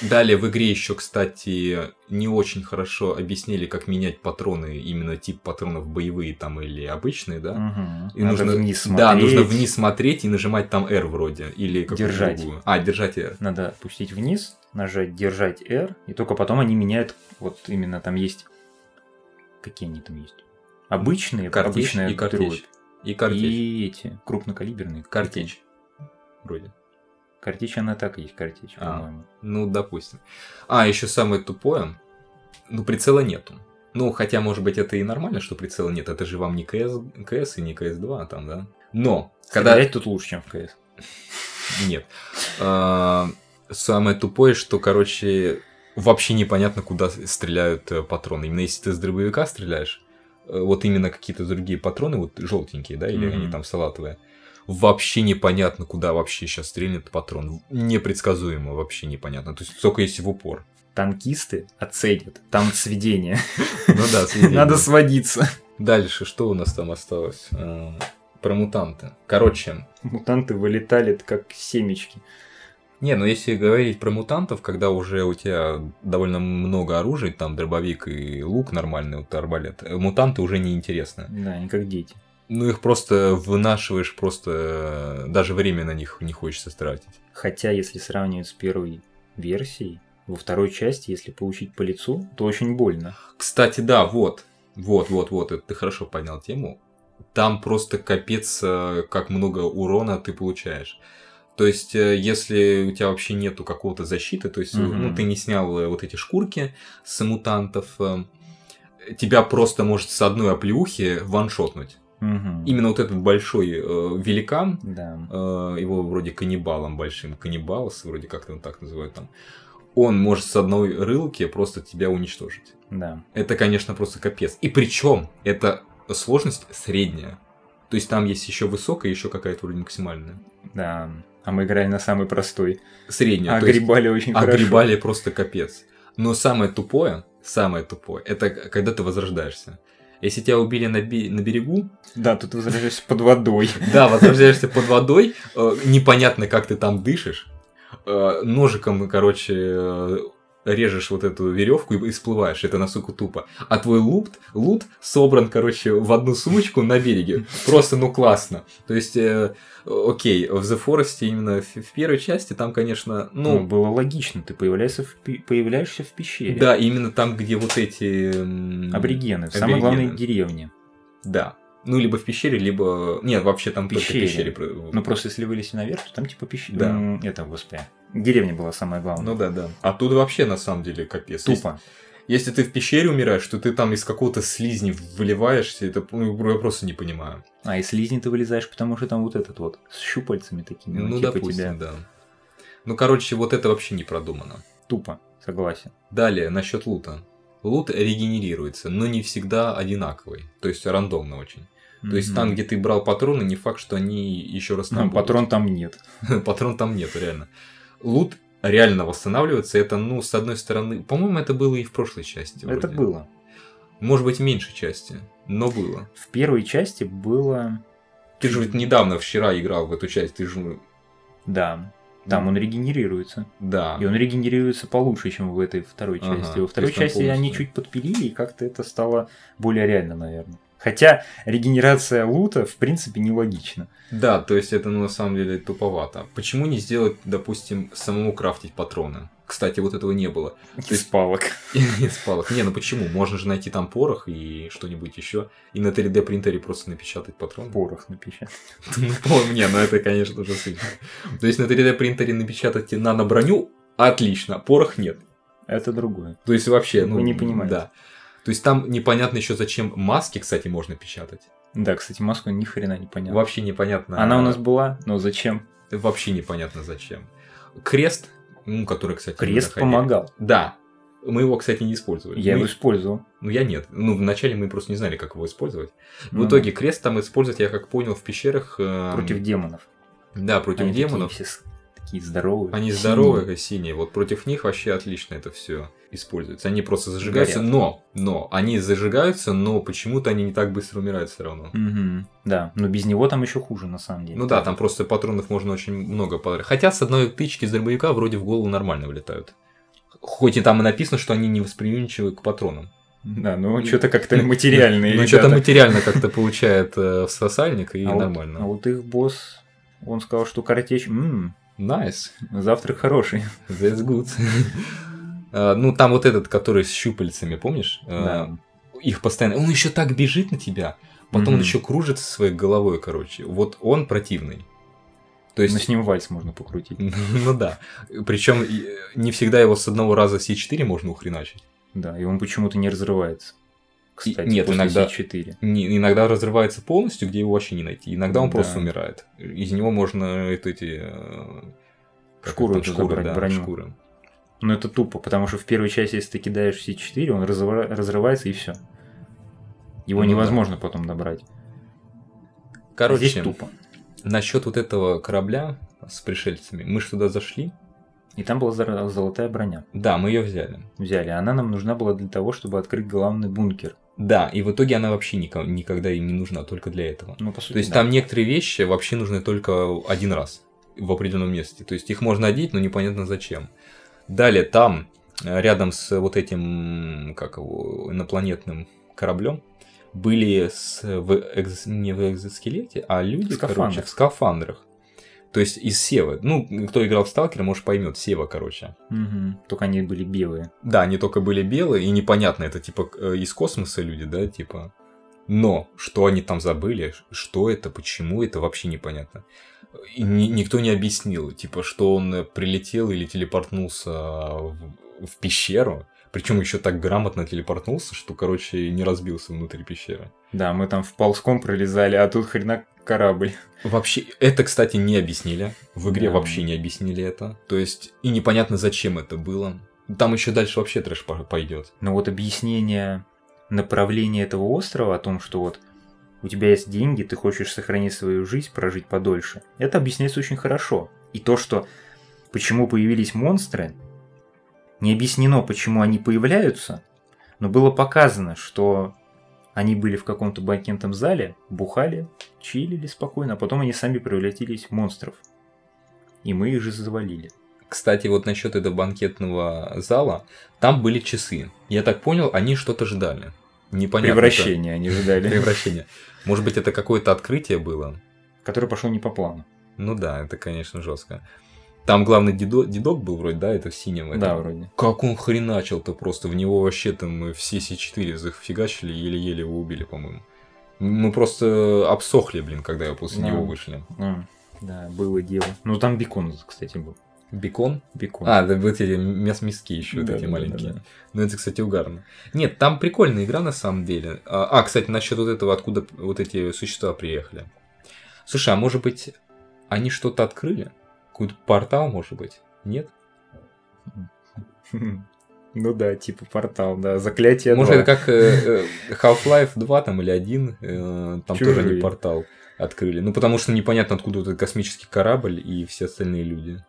Speaker 1: Далее в игре еще, кстати, не очень хорошо объяснили, как менять патроны, именно тип патронов боевые там или обычные, да?
Speaker 2: Мгм.
Speaker 1: И
Speaker 2: Надо
Speaker 1: нужно-
Speaker 2: вниз смотреть.
Speaker 1: Да, нужно вниз смотреть и нажимать там R вроде. Или какую-то
Speaker 2: Держать.
Speaker 1: другую. А, держать R.
Speaker 2: Надо пустить вниз, нажать держать R, и только потом они меняют, вот именно там есть... Какие они там есть? Обычные,
Speaker 1: Картечь
Speaker 2: обычная
Speaker 1: и картечь.
Speaker 2: дробь.
Speaker 1: И картечь.
Speaker 2: И эти, крупнокалиберные.
Speaker 1: Картечь. Вроде.
Speaker 2: Картечь, она так и есть, картечь,
Speaker 1: А.
Speaker 2: по-моему.
Speaker 1: Ну, допустим. А, еще самое тупое. Ну, прицела нету. Ну, хотя, может быть, это и нормально, что прицела нет. Это же вам не КС, КС и не КС-2 там, да? Но, когда...
Speaker 2: Стрелять тут лучше, чем в КС.
Speaker 1: Нет. А, Самое тупое, что, короче, вообще непонятно, куда с- стреляют э, патроны. Именно если ты с дробовика стреляешь, э, вот именно какие-то другие патроны, вот желтенькие, да, или
Speaker 2: Мгм.
Speaker 1: они там салатовые, вообще непонятно, куда вообще сейчас стрельнет патрон. Непредсказуемо вообще непонятно. То есть только если в упор.
Speaker 2: Танкисты оценят. Там сведение.
Speaker 1: Ну да, сведение.
Speaker 2: Надо сводиться.
Speaker 1: Дальше, что у нас там осталось? Э, Про мутанты. Короче,
Speaker 2: Мутанты вылетали это как семечки.
Speaker 1: не, ну если говорить про мутантов, когда уже у тебя довольно много оружия, там дробовик и лук нормальный, вот арбалет, э, мутанты уже не интересны.
Speaker 2: Да, они как дети.
Speaker 1: Ну их просто вынашиваешь, просто э, даже время на них не хочется тратить.
Speaker 2: Хотя, если сравнивать с первой версией, во второй части, если получить по лицу, то очень больно.
Speaker 1: Кстати, да, вот, вот, вот, вот, это ты хорошо поднял тему. Там просто капец, э, как много урона ты получаешь. То есть, э, если у тебя вообще нету какого-то защиты, то есть, э,
Speaker 2: Мгм.
Speaker 1: ну, ты не снял э, вот эти шкурки с мутантов, э, тебя просто может с одной оплеухи ваншотнуть.
Speaker 2: Мгм.
Speaker 1: Именно вот этот большой э, великан,
Speaker 2: Да.
Speaker 1: э, его вроде каннибалом большим, каннибалс, вроде как-то он так называют там, он может с одной рылки просто тебя уничтожить.
Speaker 2: Да.
Speaker 1: Это, конечно, просто капец. И причем эта сложность средняя. То есть там есть еще высокая, еще какая-то вроде максимальная.
Speaker 2: Да. А мы играли на самый простой.
Speaker 1: Средняя.
Speaker 2: а
Speaker 1: то есть
Speaker 2: грибали очень хорошо.
Speaker 1: огребали просто капец. Но самое тупое, самое тупое, это к- когда ты возрождаешься. Если тебя убили на, бе- на берегу,
Speaker 2: Да, тут возражаешься под водой.
Speaker 1: да, возрождаешься под водой, э, непонятно, как ты там дышишь, э, ножиком, короче, э, режешь вот эту веревку и, и всплываешь, это настолько тупо. А твой лут, лут собран, короче, в одну сумочку на береге. Просто, ну, классно. То есть, э, окей, в The Forest именно в, в первой части там, конечно,
Speaker 2: Ну,
Speaker 1: ну,
Speaker 2: было логично. Ты появляешься в, пе- появляешься в пещере.
Speaker 1: да, именно там, где вот эти... м,
Speaker 2: Аборигены. В самой главной
Speaker 1: Аборигены.
Speaker 2: деревне.
Speaker 1: Да. Ну, либо в пещере, либо... Нет, вообще там
Speaker 2: Пещере.
Speaker 1: только в пещере. про-
Speaker 2: Ну, просто если вылезти наверх, то там типа пещера.
Speaker 1: Да.
Speaker 2: Это, господи. Деревня была самая главная.
Speaker 1: Ну да, да. А тут вообще на самом деле капец. Если,
Speaker 2: Тупо.
Speaker 1: если ты в пещере умираешь, то ты там из какого-то слизни выливаешься, это ну, я просто не понимаю.
Speaker 2: А из слизни ты вылезаешь, потому что там вот этот вот с щупальцами такими.
Speaker 1: Ну,
Speaker 2: Ну, типа
Speaker 1: допустим,
Speaker 2: тебя
Speaker 1: да. Ну, короче, вот это вообще не продумано.
Speaker 2: тупо, согласен.
Speaker 1: Далее, насчет лута. Лут регенерируется, но не всегда одинаковый, то есть рандомно очень. То есть там, где ты брал патроны, не факт, что они еще раз там
Speaker 2: Ну,
Speaker 1: будут.
Speaker 2: патрон там нет.
Speaker 1: Патрон там нету, реально. Лут реально восстанавливается, это, ну, с одной стороны, по-моему, это было и в прошлой части.
Speaker 2: Это
Speaker 1: вроде.
Speaker 2: было.
Speaker 1: Может быть, меньше части, но было.
Speaker 2: В первой части было...
Speaker 1: Ты же ведь недавно, вчера играл в эту часть, ты же...
Speaker 2: Да, там он регенерируется.
Speaker 1: Да.
Speaker 2: И он регенерируется получше, чем в этой второй
Speaker 1: Ага,
Speaker 2: части.
Speaker 1: то
Speaker 2: Во
Speaker 1: есть
Speaker 2: второй
Speaker 1: там
Speaker 2: части они
Speaker 1: полностью.
Speaker 2: чуть подпилили, и как-то это стало более реально, наверное. Хотя регенерация лута, в принципе, нелогична.
Speaker 1: Да, то есть это ну, на самом деле туповато. Почему не сделать, допустим, самому крафтить патроны? Кстати, вот этого не было.
Speaker 2: Из палок.
Speaker 1: Из палок. Не, ну почему? Можно же найти там порох и что-нибудь еще. И на 3D принтере просто напечатать патрон.
Speaker 2: Порох напечатать.
Speaker 1: Ну, по мне, ну это, конечно же, сильно. То есть на 3D принтере напечатать нано-броню отлично, порох нет.
Speaker 2: Это другое.
Speaker 1: То есть вообще,
Speaker 2: Вы
Speaker 1: ну...
Speaker 2: не понимаете.
Speaker 1: Да. То есть там непонятно еще зачем маски, кстати, можно печатать.
Speaker 2: Да, кстати, маску ни хрена не понятно.
Speaker 1: Вообще непонятно.
Speaker 2: Она у нас была, но зачем?
Speaker 1: Вообще непонятно зачем. Крест, ну, который, кстати, мы
Speaker 2: Крест
Speaker 1: находили.
Speaker 2: помогал.
Speaker 1: Да. Мы его, кстати, не использовали.
Speaker 2: Я
Speaker 1: Мы-
Speaker 2: его использовал.
Speaker 1: Ну, я нет. Ну, вначале мы просто не знали, как его использовать.
Speaker 2: Ну
Speaker 1: В итоге крест там использовать, я как понял, в пещерах...
Speaker 2: да.
Speaker 1: эм,
Speaker 2: Против демонов.
Speaker 1: Да, против
Speaker 2: Они такие
Speaker 1: демонов.
Speaker 2: все с- Такие здоровые.
Speaker 1: Они
Speaker 2: синие.
Speaker 1: здоровые, синие. Вот против них вообще отлично это все используется. Они просто зажигаются,
Speaker 2: Горят.
Speaker 1: но, но, они зажигаются, но почему-то они не так быстро умирают все равно.
Speaker 2: Мгм. Да, но без него там еще хуже, на самом деле.
Speaker 1: Ну да, там просто патронов можно очень много подарить. Хотя с одной тычки из дробовика вроде в голову нормально влетают. Хоть и там и написано, что они не восприимчивы к патронам.
Speaker 2: Да, ну что-то как-то материальные
Speaker 1: Ну, что-то
Speaker 2: ребята.
Speaker 1: материально как-то получает э, в сосальник, и
Speaker 2: А вот- а
Speaker 1: нормально.
Speaker 2: вот их босс, он сказал, что картечь, м,
Speaker 1: Nice.
Speaker 2: завтрак хороший.
Speaker 1: That's good. Э, Ну, там вот этот, который с щупальцами, помнишь? Э,
Speaker 2: Да.
Speaker 1: Их постоянно... Он еще так бежит на тебя, потом он
Speaker 2: Мгм.
Speaker 1: еще кружится своей головой, короче. Вот он противный. То
Speaker 2: Но
Speaker 1: есть...
Speaker 2: с ним вальс можно покрутить.
Speaker 1: Ну да. Причем не всегда его с одного раза С4 можно ухреначить.
Speaker 2: Да, и он почему-то не разрывается. Кстати,
Speaker 1: нет,
Speaker 2: после
Speaker 1: иногда-
Speaker 2: C4.
Speaker 1: Не- иногда разрывается полностью, где его вообще не найти. Иногда он
Speaker 2: Да.
Speaker 1: просто умирает. Из него можно это эти... э, как
Speaker 2: Шкуру
Speaker 1: там,
Speaker 2: эту забрать,
Speaker 1: да,
Speaker 2: броню.
Speaker 1: шкуры.
Speaker 2: Но это тупо, потому что в первой части, если ты кидаешь C4, он разрыва- разрывается и все. Его
Speaker 1: Ну да.
Speaker 2: невозможно потом добрать.
Speaker 1: Короче,
Speaker 2: Здесь тупо.
Speaker 1: насчет вот этого корабля с пришельцами. Мы же туда зашли.
Speaker 2: И там была зор- золотая броня.
Speaker 1: Да, мы ее взяли.
Speaker 2: Взяли. Она нам нужна была для того, чтобы открыть главный бункер.
Speaker 1: Да, и в итоге она вообще нико- никогда и не нужна, только для этого.
Speaker 2: Ну, по сути,
Speaker 1: То есть
Speaker 2: да.
Speaker 1: там некоторые вещи вообще нужны только один раз в определенном месте. То есть их можно одеть, но непонятно зачем. Далее там, э, рядом с вот этим, как его, инопланетным кораблем, были с, в экз- не в экзоскелете, а люди,
Speaker 2: В
Speaker 1: короче,
Speaker 2: скафандрах.
Speaker 1: в скафандрах. То есть из Севы. Ну, кто играл в Сталкера, может поймет. Сева, короче.
Speaker 2: Мгм. Только они были белые.
Speaker 1: Да, они только были белые, и непонятно, это типа э, из космоса люди, да, типа. Но что они там забыли, что это, почему это, вообще непонятно. И ни- никто не объяснил, типа, что он э, прилетел или телепортнулся в, в пещеру. Причем еще так грамотно телепортнулся, что, короче, не разбился внутри пещеры.
Speaker 2: Да, мы там в ползком пролезали, а тут хрена корабль.
Speaker 1: Вообще, это, кстати, не объяснили. В игре
Speaker 2: Да.
Speaker 1: вообще не объяснили это. То есть, и непонятно, зачем это было. Там еще дальше вообще трэш по- пойдет.
Speaker 2: Но вот объяснение направления этого острова о том, что вот у тебя есть деньги, ты хочешь сохранить свою жизнь, прожить подольше, это объясняется очень хорошо. И то, что почему появились монстры, не объяснено, почему они появляются, но было показано, что они были в каком-то банкетном зале, бухали, чилили спокойно, а потом они сами превратились в монстров. И мы их же завалили.
Speaker 1: Кстати, вот насчет этого банкетного зала, там были часы. Я так понял, они что-то ждали. Непонятно.
Speaker 2: Превращение они
Speaker 1: это-
Speaker 2: ждали,
Speaker 1: Превращение. Может быть, это какое-то открытие было?
Speaker 2: которое пошло не по плану.
Speaker 1: Ну да, это, конечно, жестко. Там главный дедо- дедок был вроде, да, это в синем. этом.
Speaker 2: Да, вроде.
Speaker 1: Как он хреначил-то просто, в него вообще там все С4 зафигачили, еле-еле его убили, по-моему. Мы просто обсохли, блин, когда его после
Speaker 2: Да.
Speaker 1: него вышли.
Speaker 2: А, да, было дело. Ну там бекон, кстати, был.
Speaker 1: Бекон?
Speaker 2: Бекон.
Speaker 1: А, да, вот эти мяс миски еще, вот эти
Speaker 2: Да-да-да-да-да.
Speaker 1: маленькие. Ну, это, кстати, угарно. Нет, там прикольная игра на самом деле. А, а, кстати, насчет вот этого, откуда вот эти существа приехали. Слушай, а может быть, они что-то открыли? Какой-то портал, может быть? Нет?
Speaker 2: Ну да, типа портал, да. Заклятие
Speaker 1: может,
Speaker 2: 2.
Speaker 1: это как э, э, Half-Life 2 там или 1, э, там тоже они
Speaker 2: Чужие.
Speaker 1: портал открыли. Ну, потому что непонятно, откуда вот этот космический корабль и все остальные люди.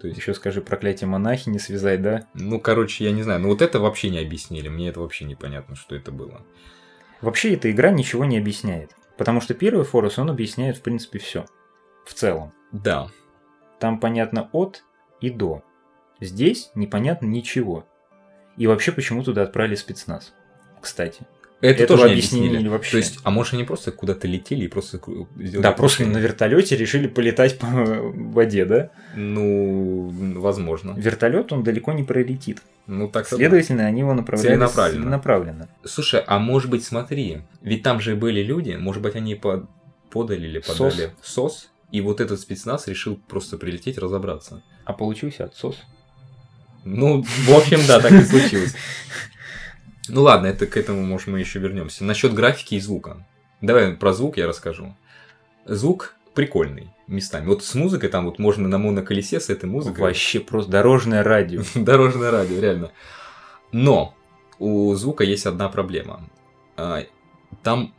Speaker 1: То есть,
Speaker 2: Еще скажи проклятие монахи не связай, да?
Speaker 1: ну, короче, я не знаю. Ну, вот это вообще не объяснили. Мне это вообще непонятно, что это было.
Speaker 2: Вообще эта игра ничего не объясняет. Потому что первый Форус, он объясняет, в принципе, все. В целом.
Speaker 1: Да,
Speaker 2: Там понятно от и до. Здесь непонятно ничего. И вообще, почему туда отправили спецназ. Кстати.
Speaker 1: Это
Speaker 2: Этого
Speaker 1: тоже не
Speaker 2: объяснения
Speaker 1: объяснили.
Speaker 2: не вообще.
Speaker 1: То есть, а может они просто куда-то летели и просто кру- сделали...
Speaker 2: Да, просто на
Speaker 1: крушение?
Speaker 2: вертолете решили полетать по воде, да?
Speaker 1: Ну, возможно.
Speaker 2: Вертолет он далеко не пролетит.
Speaker 1: Ну, так
Speaker 2: Следовательно, они его направляли
Speaker 1: Целенаправленно.
Speaker 2: целенаправленно.
Speaker 1: Слушай, а может быть, смотри, ведь там же были люди, может быть, они по- подали или подали сос. и вот этот спецназ решил просто прилететь разобраться.
Speaker 2: А получился отсос.
Speaker 1: Ну, в общем, да, так и случилось. Ну ладно, это к этому, может, мы еще вернемся. Насчет графики и звука. Давай про звук я расскажу. Звук прикольный местами. Вот с музыкой там вот можно на моноколесе с этой музыкой.
Speaker 2: Вообще просто дорожное радио.
Speaker 1: Дорожное радио, реально. Но у звука есть одна проблема. А, Там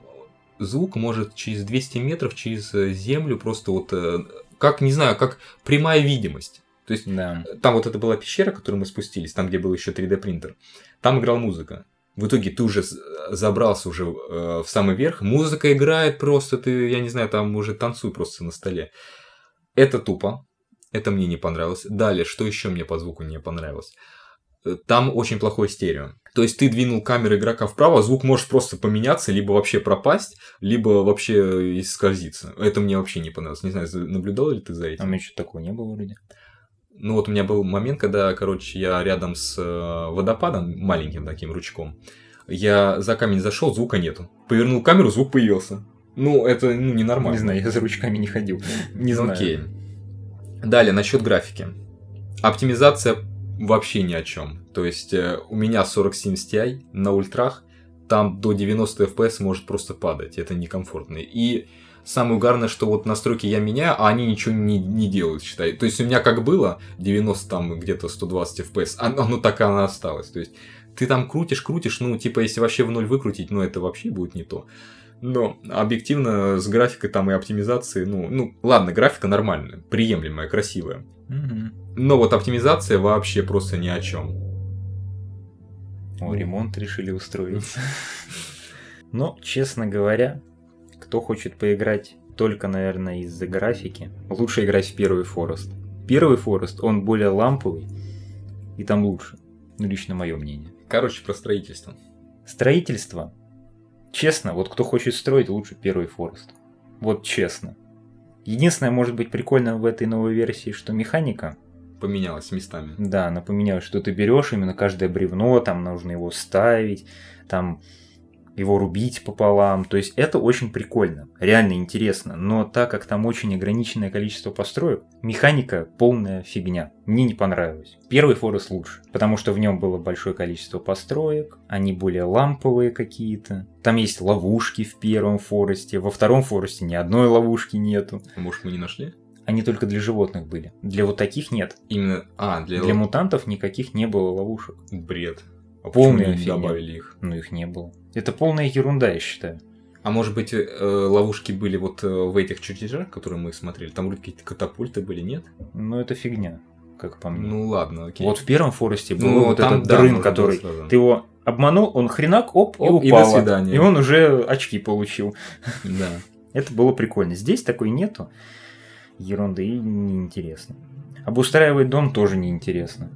Speaker 1: звук может через 200 метров, через э, землю просто вот, э, как, не знаю, как прямая видимость. То есть
Speaker 2: Да.
Speaker 1: там вот это была пещера, в которую мы спустились, там, где был еще 3D принтер. Там играла музыка. В итоге ты уже с- забрался уже э, в самый верх, музыка играет просто, ты, я не знаю, там уже танцуй просто на столе. Это тупо, это мне не понравилось. Далее, что еще мне по звуку не понравилось? Э, Там очень плохое стерео. То есть ты двинул камеру игрока вправо, а звук может просто поменяться, либо вообще пропасть, либо вообще э, скользиться. Это мне вообще не понравилось. Не знаю, за- наблюдал ли ты за
Speaker 2: А
Speaker 1: этим?
Speaker 2: у меня что-то такого не было вроде.
Speaker 1: Ну вот у меня был момент, когда, короче, я рядом с э, водопадом, маленьким таким ручком, я за камень зашел, звука нету. Повернул камеру, звук появился. Ну, это ну, ненормально.
Speaker 2: Не знаю, я за ручками не ходил. Не
Speaker 1: Ну,
Speaker 2: знаю.
Speaker 1: Окей. Далее, насчет графики. Оптимизация вообще ни о чем. То есть э, у меня 4070 Ti на ультрах, там до 90 FPS может просто падать, это некомфортно. И самое угарное, что вот настройки я меняю, а они ничего не, не делают, считай. То есть у меня как было 90 там где-то 120 FPS, оно, оно так и оно осталось. То есть ты там крутишь, крутишь, ну типа если вообще в ноль выкрутить, ну это вообще будет не то. Но объективно с графикой там и оптимизацией, ну, ну ладно, графика нормальная, приемлемая, красивая.
Speaker 2: Мгм.
Speaker 1: Но вот оптимизация вообще просто ни о чем.
Speaker 2: О, ремонт решили устроить. Но, честно говоря, кто хочет поиграть только, наверное, из-за графики, лучше играть в первый Форест. Первый Форест, он более ламповый, и там лучше. Ну, лично мое мнение.
Speaker 1: Короче, про строительство.
Speaker 2: Строительство. Честно, вот кто хочет строить, лучше первый Форест. Вот честно. Единственное, может быть, прикольно в этой новой версии, что механика,
Speaker 1: Поменялось местами.
Speaker 2: да, напоминаю, что ты берешь именно каждое бревно, там нужно его ставить, там его рубить пополам. То есть это очень прикольно, реально интересно. Но так как там очень ограниченное количество построек, механика полная фигня. Мне не понравилось. Первый Форест лучше, потому что в нем было большое количество построек, они более ламповые какие-то. Там есть ловушки в первом Форесте, во втором Форесте ни одной ловушки нету.
Speaker 1: Может, мы не нашли?
Speaker 2: Они только для животных были. Для вот таких нет.
Speaker 1: Именно... А, для...
Speaker 2: Для мутантов никаких не было ловушек.
Speaker 1: Бред. А почему
Speaker 2: Полная
Speaker 1: не
Speaker 2: фигня.
Speaker 1: добавили их.
Speaker 2: Ну, их не было. Это полная ерунда, я считаю.
Speaker 1: А может быть, э, э, ловушки были вот э, в этих чертежах, которые мы смотрели? Там вроде какие-то катапульты были, нет?
Speaker 2: Но Ну, это фигня, как по мне.
Speaker 1: Ну ладно, окей.
Speaker 2: вот в первом форесте был
Speaker 1: Ну,
Speaker 2: вот
Speaker 1: там,
Speaker 2: этот
Speaker 1: да,
Speaker 2: дрын,
Speaker 1: можно было
Speaker 2: который...
Speaker 1: сразу.
Speaker 2: Ты его обманул, он хренак, оп, и
Speaker 1: Оп,
Speaker 2: упал.
Speaker 1: и до свидания.
Speaker 2: И он уже очки получил.
Speaker 1: Да.
Speaker 2: Это было прикольно. Здесь такой нету. Ерунды и неинтересно. Обустраивать дом тоже неинтересно.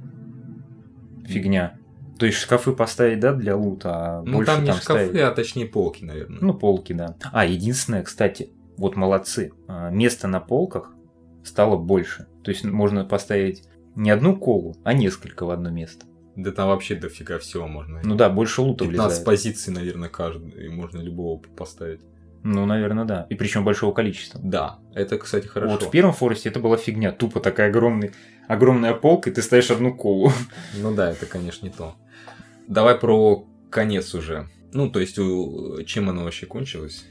Speaker 2: Фигня. То есть шкафы поставить, да, для лута, а
Speaker 1: Ну
Speaker 2: больше
Speaker 1: там не шкафы,
Speaker 2: ставить-
Speaker 1: а точнее полки, наверное.
Speaker 2: Ну, полки, да. А, единственное, кстати, вот молодцы, а, место на полках стало больше. То есть можно поставить не одну колу, а несколько в одно место.
Speaker 1: Да там вообще дофига всего можно.
Speaker 2: Ну да, больше лута
Speaker 1: 15
Speaker 2: влезает.
Speaker 1: позиций, наверное, каждый, и можно любого поставить.
Speaker 2: Ну, наверное, да. И причем большого количества.
Speaker 1: Да, это, кстати, хорошо.
Speaker 2: Вот в первом форесте это была фигня. Тупо такая огромная, огромная полка, и ты ставишь одну колу.
Speaker 1: Ну да, это, конечно, не то. Давай про конец уже. Ну, то есть, у- чем оно вообще кончилось?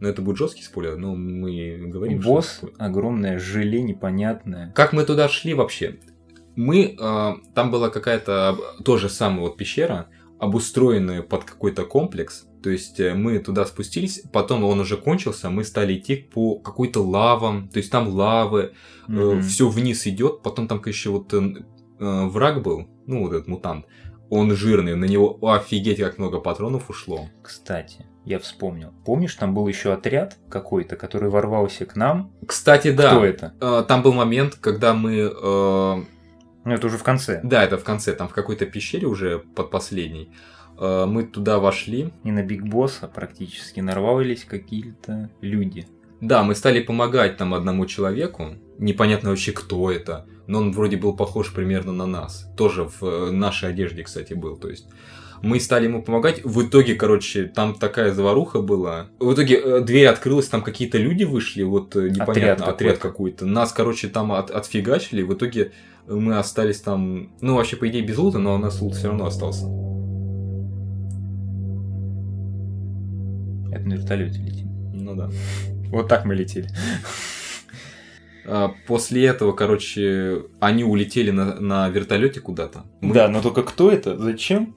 Speaker 1: Ну, это будет жесткий спойлер, но мы говорим, что
Speaker 2: Босс,
Speaker 1: такое.
Speaker 2: огромное желе непонятное.
Speaker 1: Как мы туда шли вообще? Мы, э, там была какая-то об- тоже самая вот пещера, обустроенная под какой-то комплекс. То есть э, мы туда спустились, потом он уже кончился, мы стали идти по какой-то лавам, то есть там лавы,
Speaker 2: Мгм.
Speaker 1: все Э, вниз идет, потом там еще вот э, н- э, враг был, ну вот этот мутант, он жирный, на него офигеть как много патронов ушло.
Speaker 2: Кстати, я вспомнил. Помнишь, там был еще отряд какой-то, который ворвался к нам?
Speaker 1: Кстати, да,
Speaker 2: Кто это?
Speaker 1: э, там был момент, когда мы, э,
Speaker 2: Ну, это уже в конце.
Speaker 1: да, это в конце, там в какой-то пещере уже под последней, Э, Мы туда вошли.
Speaker 2: И на Биг Босса практически нарвались какие-то люди.
Speaker 1: Да, мы стали помогать там одному человеку. Непонятно вообще, кто это. Но он вроде был похож примерно на нас. Тоже в э, нашей одежде, кстати, был. То есть мы стали ему помогать. В итоге, короче, там такая заваруха была. В итоге э, дверь открылась, там какие-то люди вышли. Вот э, непонятно, отряд,
Speaker 2: какой-то.
Speaker 1: какой-то. Нас, короче, там от- отфигачили. В итоге мы остались там, ну, вообще, по идее, без лута, но у нас лут все равно остался.
Speaker 2: Это на вертолете летим.
Speaker 1: Ну да.
Speaker 2: Вот так мы летели.
Speaker 1: А, После этого, короче, они улетели на, вертолете куда-то. Мы-
Speaker 2: Да, но только кто это? Зачем?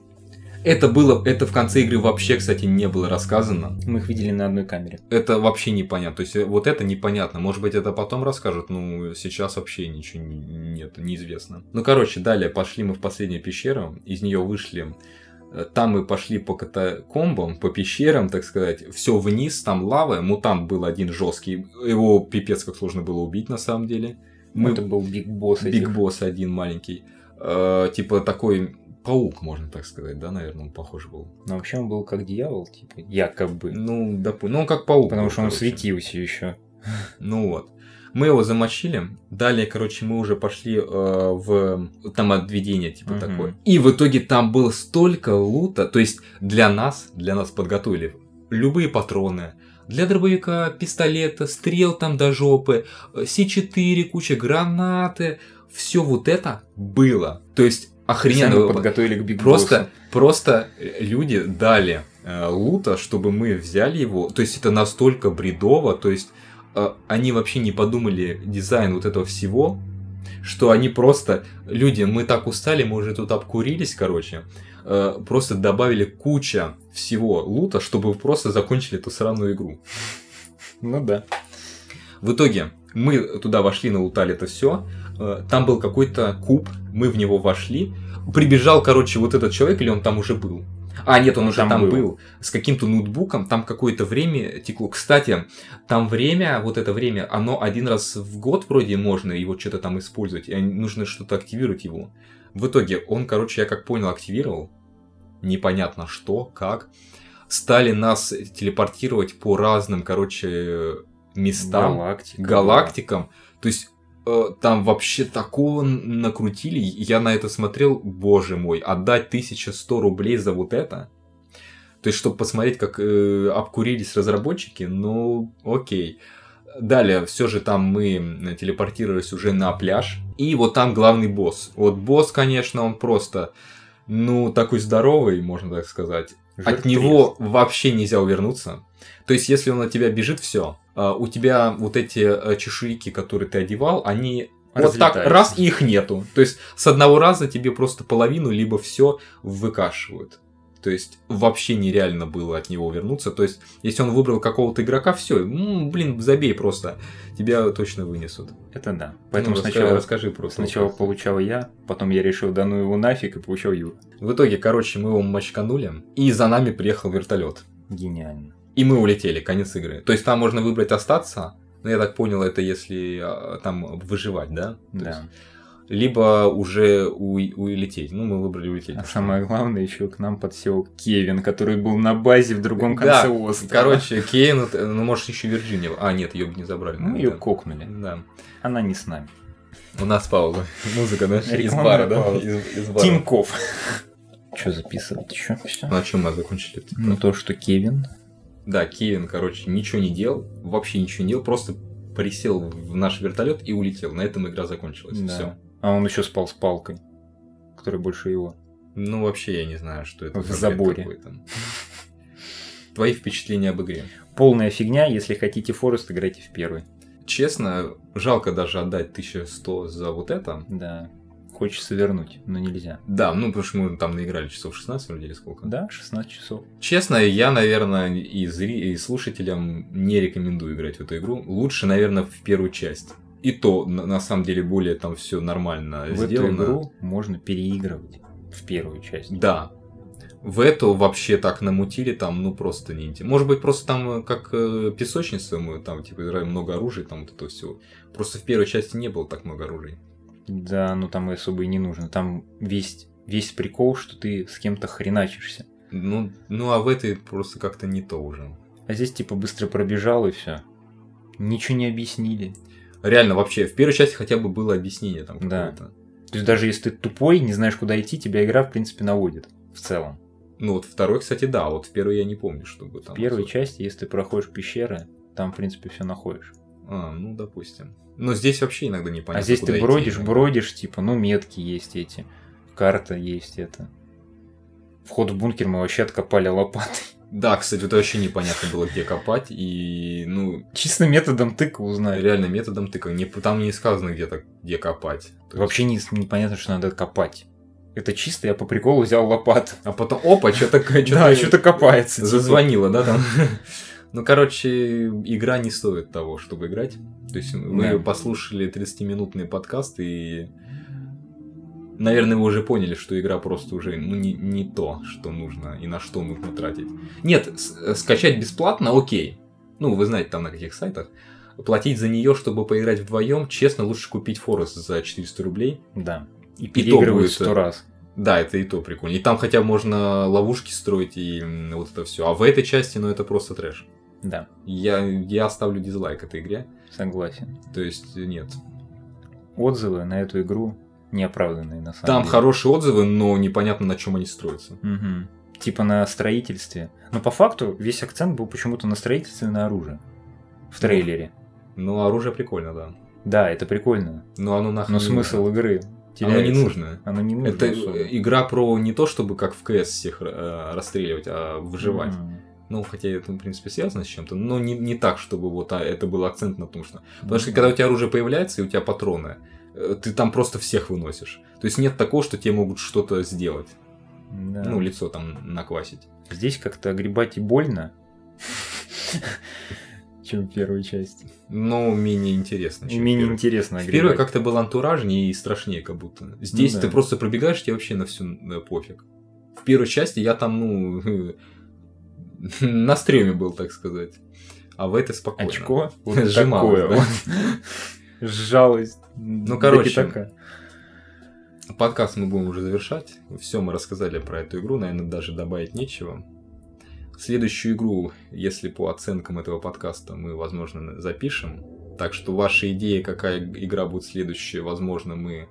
Speaker 1: Это было, это в конце игры вообще, кстати, не было рассказано.
Speaker 2: Мы их видели на одной камере.
Speaker 1: Это вообще непонятно. То есть э, вот это непонятно. Может быть, это потом расскажут, но сейчас вообще ничего не- нет, неизвестно. Ну, короче, далее пошли мы в последнюю пещеру, из нее вышли. Э, Там мы пошли по катакомбам, по пещерам, так сказать, все вниз, там лава, мутант был один жесткий, его пипец как сложно было убить на самом деле. Мы-
Speaker 2: Это был Биг Босс. этих.
Speaker 1: Биг Босс один маленький. Э, типа такой паук, можно так сказать, да, наверное, он похож был.
Speaker 2: Но вообще он был как дьявол, типа, якобы.
Speaker 1: Ну, допу- ну он как паук.
Speaker 2: Потому
Speaker 1: был,
Speaker 2: что он
Speaker 1: короче.
Speaker 2: светился еще.
Speaker 1: Ну вот. Мы его замочили. Далее, короче, мы уже пошли э, в там отведение, типа
Speaker 2: Мгм.
Speaker 1: такое. И в итоге там было столько лута. То есть для нас, для нас подготовили любые патроны. Для дробовика, пистолета, стрел там до жопы, э, С4, куча гранаты. Все вот это было. То есть охрененно.
Speaker 2: Сами
Speaker 1: было.
Speaker 2: подготовили к Биг
Speaker 1: Просто, просто люди дали э, лута, чтобы мы взяли его. То есть это настолько бредово, то есть э, они вообще не подумали дизайн вот этого всего, что они просто, люди, мы так устали, мы уже тут обкурились, короче, э, просто добавили куча всего лута, чтобы просто закончили эту сраную игру.
Speaker 2: Ну да.
Speaker 1: В итоге мы туда вошли, налутали это все. Там был какой-то куб, мы в него вошли. Прибежал, короче, вот этот человек, или он там уже был? А, нет, он,
Speaker 2: Он
Speaker 1: уже
Speaker 2: там
Speaker 1: там, был.
Speaker 2: был.
Speaker 1: С каким-то ноутбуком, там какое-то время текло. Кстати, там время, вот это время, оно один раз в год вроде можно его что-то там использовать. И они- нужно что-то активировать его. В итоге он, короче, я как понял, активировал. Непонятно что, как. Стали нас телепортировать по разным, короче, местам
Speaker 2: Галактика.
Speaker 1: галактикам. То есть э, там вообще такого н- накрутили. Я на это смотрел, боже мой, отдать 1100 рублей за вот это? То есть, чтобы посмотреть, как э, обкурились разработчики, ну окей. Далее, все же там мы м, телепортировались уже на пляж. И вот там главный босс. Вот босс, конечно, он просто, ну, такой здоровый, можно так сказать.
Speaker 2: Жир
Speaker 1: От него вообще нельзя увернуться. То есть, если он от тебя бежит, все. У тебя вот эти э, чешуйки, которые ты одевал, они вот так
Speaker 2: Разлетаются.
Speaker 1: раз и их нету. То есть, с одного раза тебе просто половину, либо все выкашивают. То есть, вообще нереально было от него увернуться. То есть, если он выбрал какого-то игрока, все, блин, забей просто. Тебя точно вынесут.
Speaker 2: треск. Это да. Поэтому
Speaker 1: Ну, раска-
Speaker 2: сначала,
Speaker 1: расскажи просто.
Speaker 2: сначала получал я, потом я решил, да ну его нафиг, и получал Юра.
Speaker 1: В итоге, короче, мы его мочканули, и за нами приехал вертолет.
Speaker 2: Гениально.
Speaker 1: И мы улетели, конец игры. То есть там можно выбрать остаться, но я так понял, это если а, там выживать, да? То есть,
Speaker 2: Да.
Speaker 1: либо уже у- улететь. Ну, мы выбрали улететь.
Speaker 2: А самое главное, еще к нам подсел Кевин, который был на базе в другом
Speaker 1: Да,
Speaker 2: конце острова.
Speaker 1: Короче, Кейн, это- ну, может, еще Вирджиния. А, нет, ее бы не забрали.
Speaker 2: Ну,
Speaker 1: наверное,
Speaker 2: ее
Speaker 1: да.
Speaker 2: кокнули.
Speaker 1: Да.
Speaker 2: Она не с нами.
Speaker 1: У нас пауза. Музыка, да? Из
Speaker 2: Рекламная
Speaker 1: бара, да?
Speaker 2: пауза.
Speaker 1: Из, из бара.
Speaker 2: Тимков. Что записывать еще?
Speaker 1: Ну, о чем мы закончили?
Speaker 2: Ну, то, что Кевин
Speaker 1: Да, Кевин, короче, ничего не делал, вообще ничего не делал, просто присел в наш вертолет и улетел. На этом игра закончилась.
Speaker 2: Да.
Speaker 1: Все.
Speaker 2: А он еще спал с палкой, которая больше его.
Speaker 1: Ну, вообще, я не знаю, что это.
Speaker 2: В
Speaker 1: за бред
Speaker 2: заборе.
Speaker 1: какой-то. Твои впечатления об игре?
Speaker 2: Полная фигня, если хотите Форест, играйте в первый.
Speaker 1: Честно, жалко даже отдать 1100 за вот это.
Speaker 2: Да. Хочется вернуть, но нельзя.
Speaker 1: Да, ну, потому что мы там наиграли часов 16 вроде или сколько.
Speaker 2: Да, 16 часов.
Speaker 1: Честно, я, наверное, и, зри... и слушателям не рекомендую играть в эту игру. Лучше, наверное, в первую часть. И то, на, на самом деле, более там все нормально
Speaker 2: В
Speaker 1: сделано.
Speaker 2: эту игру можно переигрывать в первую часть.
Speaker 1: Да. В эту вообще так намутили, там, ну, просто не инте- Может быть, просто там, э, как э, песочница, мы там, типа, играем много оружия, там, вот это все. Просто в первой части не было так много оружия.
Speaker 2: Да, ну там и особо и не нужно. Там весь, весь прикол, что ты с кем-то хреначишься.
Speaker 1: Ну, ну а в этой просто как-то не то уже.
Speaker 2: А здесь типа быстро пробежал и все. Ничего не объяснили.
Speaker 1: Реально, вообще, в первой части хотя бы было объяснение там
Speaker 2: Да.
Speaker 1: какое-то.
Speaker 2: То есть даже если ты тупой, не знаешь, куда идти, тебя игра, в принципе, наводит в целом.
Speaker 1: Ну вот второй, кстати, да, вот в первой я не помню, чтобы там...
Speaker 2: В первой
Speaker 1: особо-
Speaker 2: части, если ты проходишь пещеры, там, в принципе, все находишь.
Speaker 1: А, ну, допустим. Но здесь вообще иногда непонятно,
Speaker 2: а здесь
Speaker 1: куда
Speaker 2: ты
Speaker 1: идти
Speaker 2: бродишь,
Speaker 1: иногда.
Speaker 2: бродишь, типа, ну, метки есть эти, карта есть это. Вход в бункер мы вообще откопали лопатой.
Speaker 1: Да, кстати, вот вообще непонятно было, где копать, и, ну,
Speaker 2: Чисто методом тыка узнали.
Speaker 1: реально методом тыка. Не, там не сказано, где, так, где копать. То есть-
Speaker 2: Вообще не, непонятно, что надо копать. Это чисто я по приколу взял лопату.
Speaker 1: А потом, опа, что-то...
Speaker 2: Да, что-то копается. типа.
Speaker 1: Зазвонило, да, там? Ну, короче, игра не стоит того, чтобы играть. То есть мы
Speaker 2: Да.
Speaker 1: послушали 30-минутный подкаст и... Наверное, вы уже поняли, что игра просто уже ну, не, не то, что нужно и на что нужно тратить. Нет, с- э, скачать бесплатно, окей. Ну, вы знаете, там на каких сайтах. Платить за нее, чтобы поиграть вдвоем, честно, лучше купить Форест за 400 рублей.
Speaker 2: Да. И
Speaker 1: то
Speaker 2: переигрывают
Speaker 1: будет,
Speaker 2: сто раз.
Speaker 1: Да, это и то прикольно. И там хотя бы можно ловушки строить и м, вот это все. А в этой части, ну, это просто трэш.
Speaker 2: Да,
Speaker 1: Я, я ставлю дизлайк этой игре.
Speaker 2: согласен.
Speaker 1: То есть нет.
Speaker 2: Отзывы на эту игру неоправданные на самом
Speaker 1: Там
Speaker 2: деле.
Speaker 1: хорошие отзывы, но непонятно, на чем они строятся.
Speaker 2: Мгм. Типа на строительстве. Но по факту весь акцент был почему-то на строительстве и на оружие. В трейлере.
Speaker 1: Но оружие прикольно, да.
Speaker 2: Да, это прикольно.
Speaker 1: Но оно нахрен.
Speaker 2: Но
Speaker 1: не
Speaker 2: смысл
Speaker 1: нужно.
Speaker 2: игры
Speaker 1: Оно не
Speaker 2: теряется.
Speaker 1: нужно.
Speaker 2: Оно не нужно.
Speaker 1: Это
Speaker 2: особо.
Speaker 1: э, игра про не то, чтобы как в КС всех э, расстреливать, а выживать.
Speaker 2: Мгм.
Speaker 1: Ну, хотя это, в принципе, связано с чем-то, но не, не так, чтобы вот а, это был акцент на том, что... Потому что
Speaker 2: Мгм.
Speaker 1: когда у тебя оружие появляется и у тебя патроны, э, ты там просто всех выносишь. То есть нет такого, что тебе могут что-то сделать.
Speaker 2: Да.
Speaker 1: Ну, лицо там наквасить.
Speaker 2: Здесь как-то огребать и больно, чем в первой части.
Speaker 1: Но менее интересно. чем в
Speaker 2: Менее
Speaker 1: первой.
Speaker 2: интересно
Speaker 1: В первой
Speaker 2: огребать.
Speaker 1: как-то был антуражнее и страшнее, как будто. Здесь
Speaker 2: Ну да.
Speaker 1: ты просто пробегаешь, тебе вообще на всю э, пофиг. В первой части я там, ну, на стреме был, так сказать. А в этой спокойно.
Speaker 2: Очко вот
Speaker 1: Сжималось,
Speaker 2: такое
Speaker 1: да.
Speaker 2: вот. Сжалось.
Speaker 1: Ну, короче,
Speaker 2: Таки такая.
Speaker 1: Подкаст мы будем уже завершать. Все мы рассказали про эту игру, наверное, даже добавить нечего. Следующую игру, если по оценкам этого подкаста, мы, возможно, на- запишем. Так что ваши идеи, какая иг- игра будет следующая, возможно, мы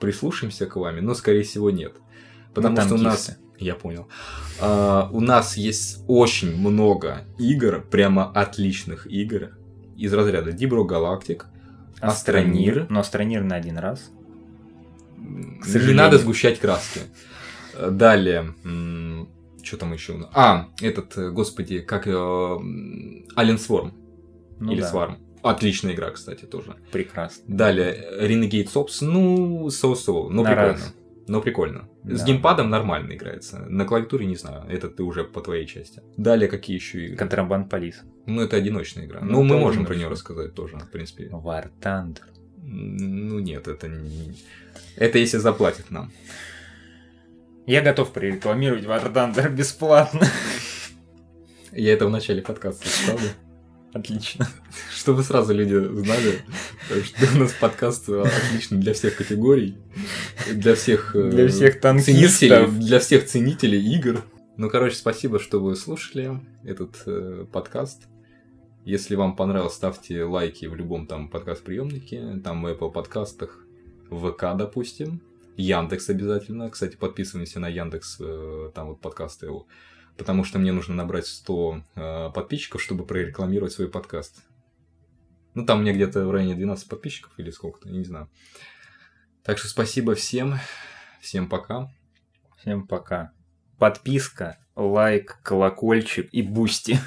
Speaker 1: прислушаемся к вами, но, скорее всего, нет. Потому
Speaker 2: Ну,
Speaker 1: что у нас...
Speaker 2: танкисты.
Speaker 1: Я понял. А, у нас есть очень много игр, прямо отличных игр, из разряда Дибро Галактик. Астронир.
Speaker 2: Астронир. Но Астронир на один раз.
Speaker 1: Не
Speaker 2: сожалению.
Speaker 1: надо сгущать краски. Э, Далее. Что там еще? А, этот, э, господи, как... э, м, Alien Swarm.
Speaker 2: Ну
Speaker 1: или
Speaker 2: да,
Speaker 1: Swarm. Отличная игра, кстати, тоже.
Speaker 2: Прекрасно.
Speaker 1: Далее, э, Renegade Sops, ну, so-so, но
Speaker 2: На
Speaker 1: прикольно.
Speaker 2: раз.
Speaker 1: Но прикольно. С
Speaker 2: Да.
Speaker 1: геймпадом нормально играется. На клавиатуре не знаю, это ты уже по твоей части. Далее, какие еще игры?
Speaker 2: Контрабанд полис.
Speaker 1: Ну, это одиночная игра.
Speaker 2: Ну,
Speaker 1: Ну, мы
Speaker 2: это
Speaker 1: можем про
Speaker 2: одиночная.
Speaker 1: нее рассказать тоже, в принципе.
Speaker 2: War Thunder.
Speaker 1: М, Ну, нет, это не... Это если заплатят нам.
Speaker 2: Я готов прорекламировать War Thunder бесплатно.
Speaker 1: Я это в начале подкаста сказал,
Speaker 2: Отлично.
Speaker 1: чтобы сразу люди знали, что у нас подкаст отличный для всех категорий, для всех, э,
Speaker 2: Для всех
Speaker 1: ценителей,
Speaker 2: танкистов.
Speaker 1: для всех ценителей игр. Ну, короче, спасибо, что вы слушали этот э, подкаст. Если вам понравилось, ставьте лайки в любом там подкаст-приемнике, там в Apple подкастах, в ВК, допустим, Яндекс обязательно. Кстати, подписываемся на Яндекс, э, там вот подкасты его, потому что мне нужно набрать 100 э, подписчиков, чтобы прорекламировать свой подкаст. Ну, там мне где-то в районе 12 подписчиков или сколько-то, я не знаю. Так что спасибо всем. Всем пока.
Speaker 2: Всем пока. Подписка, лайк, колокольчик и бусти.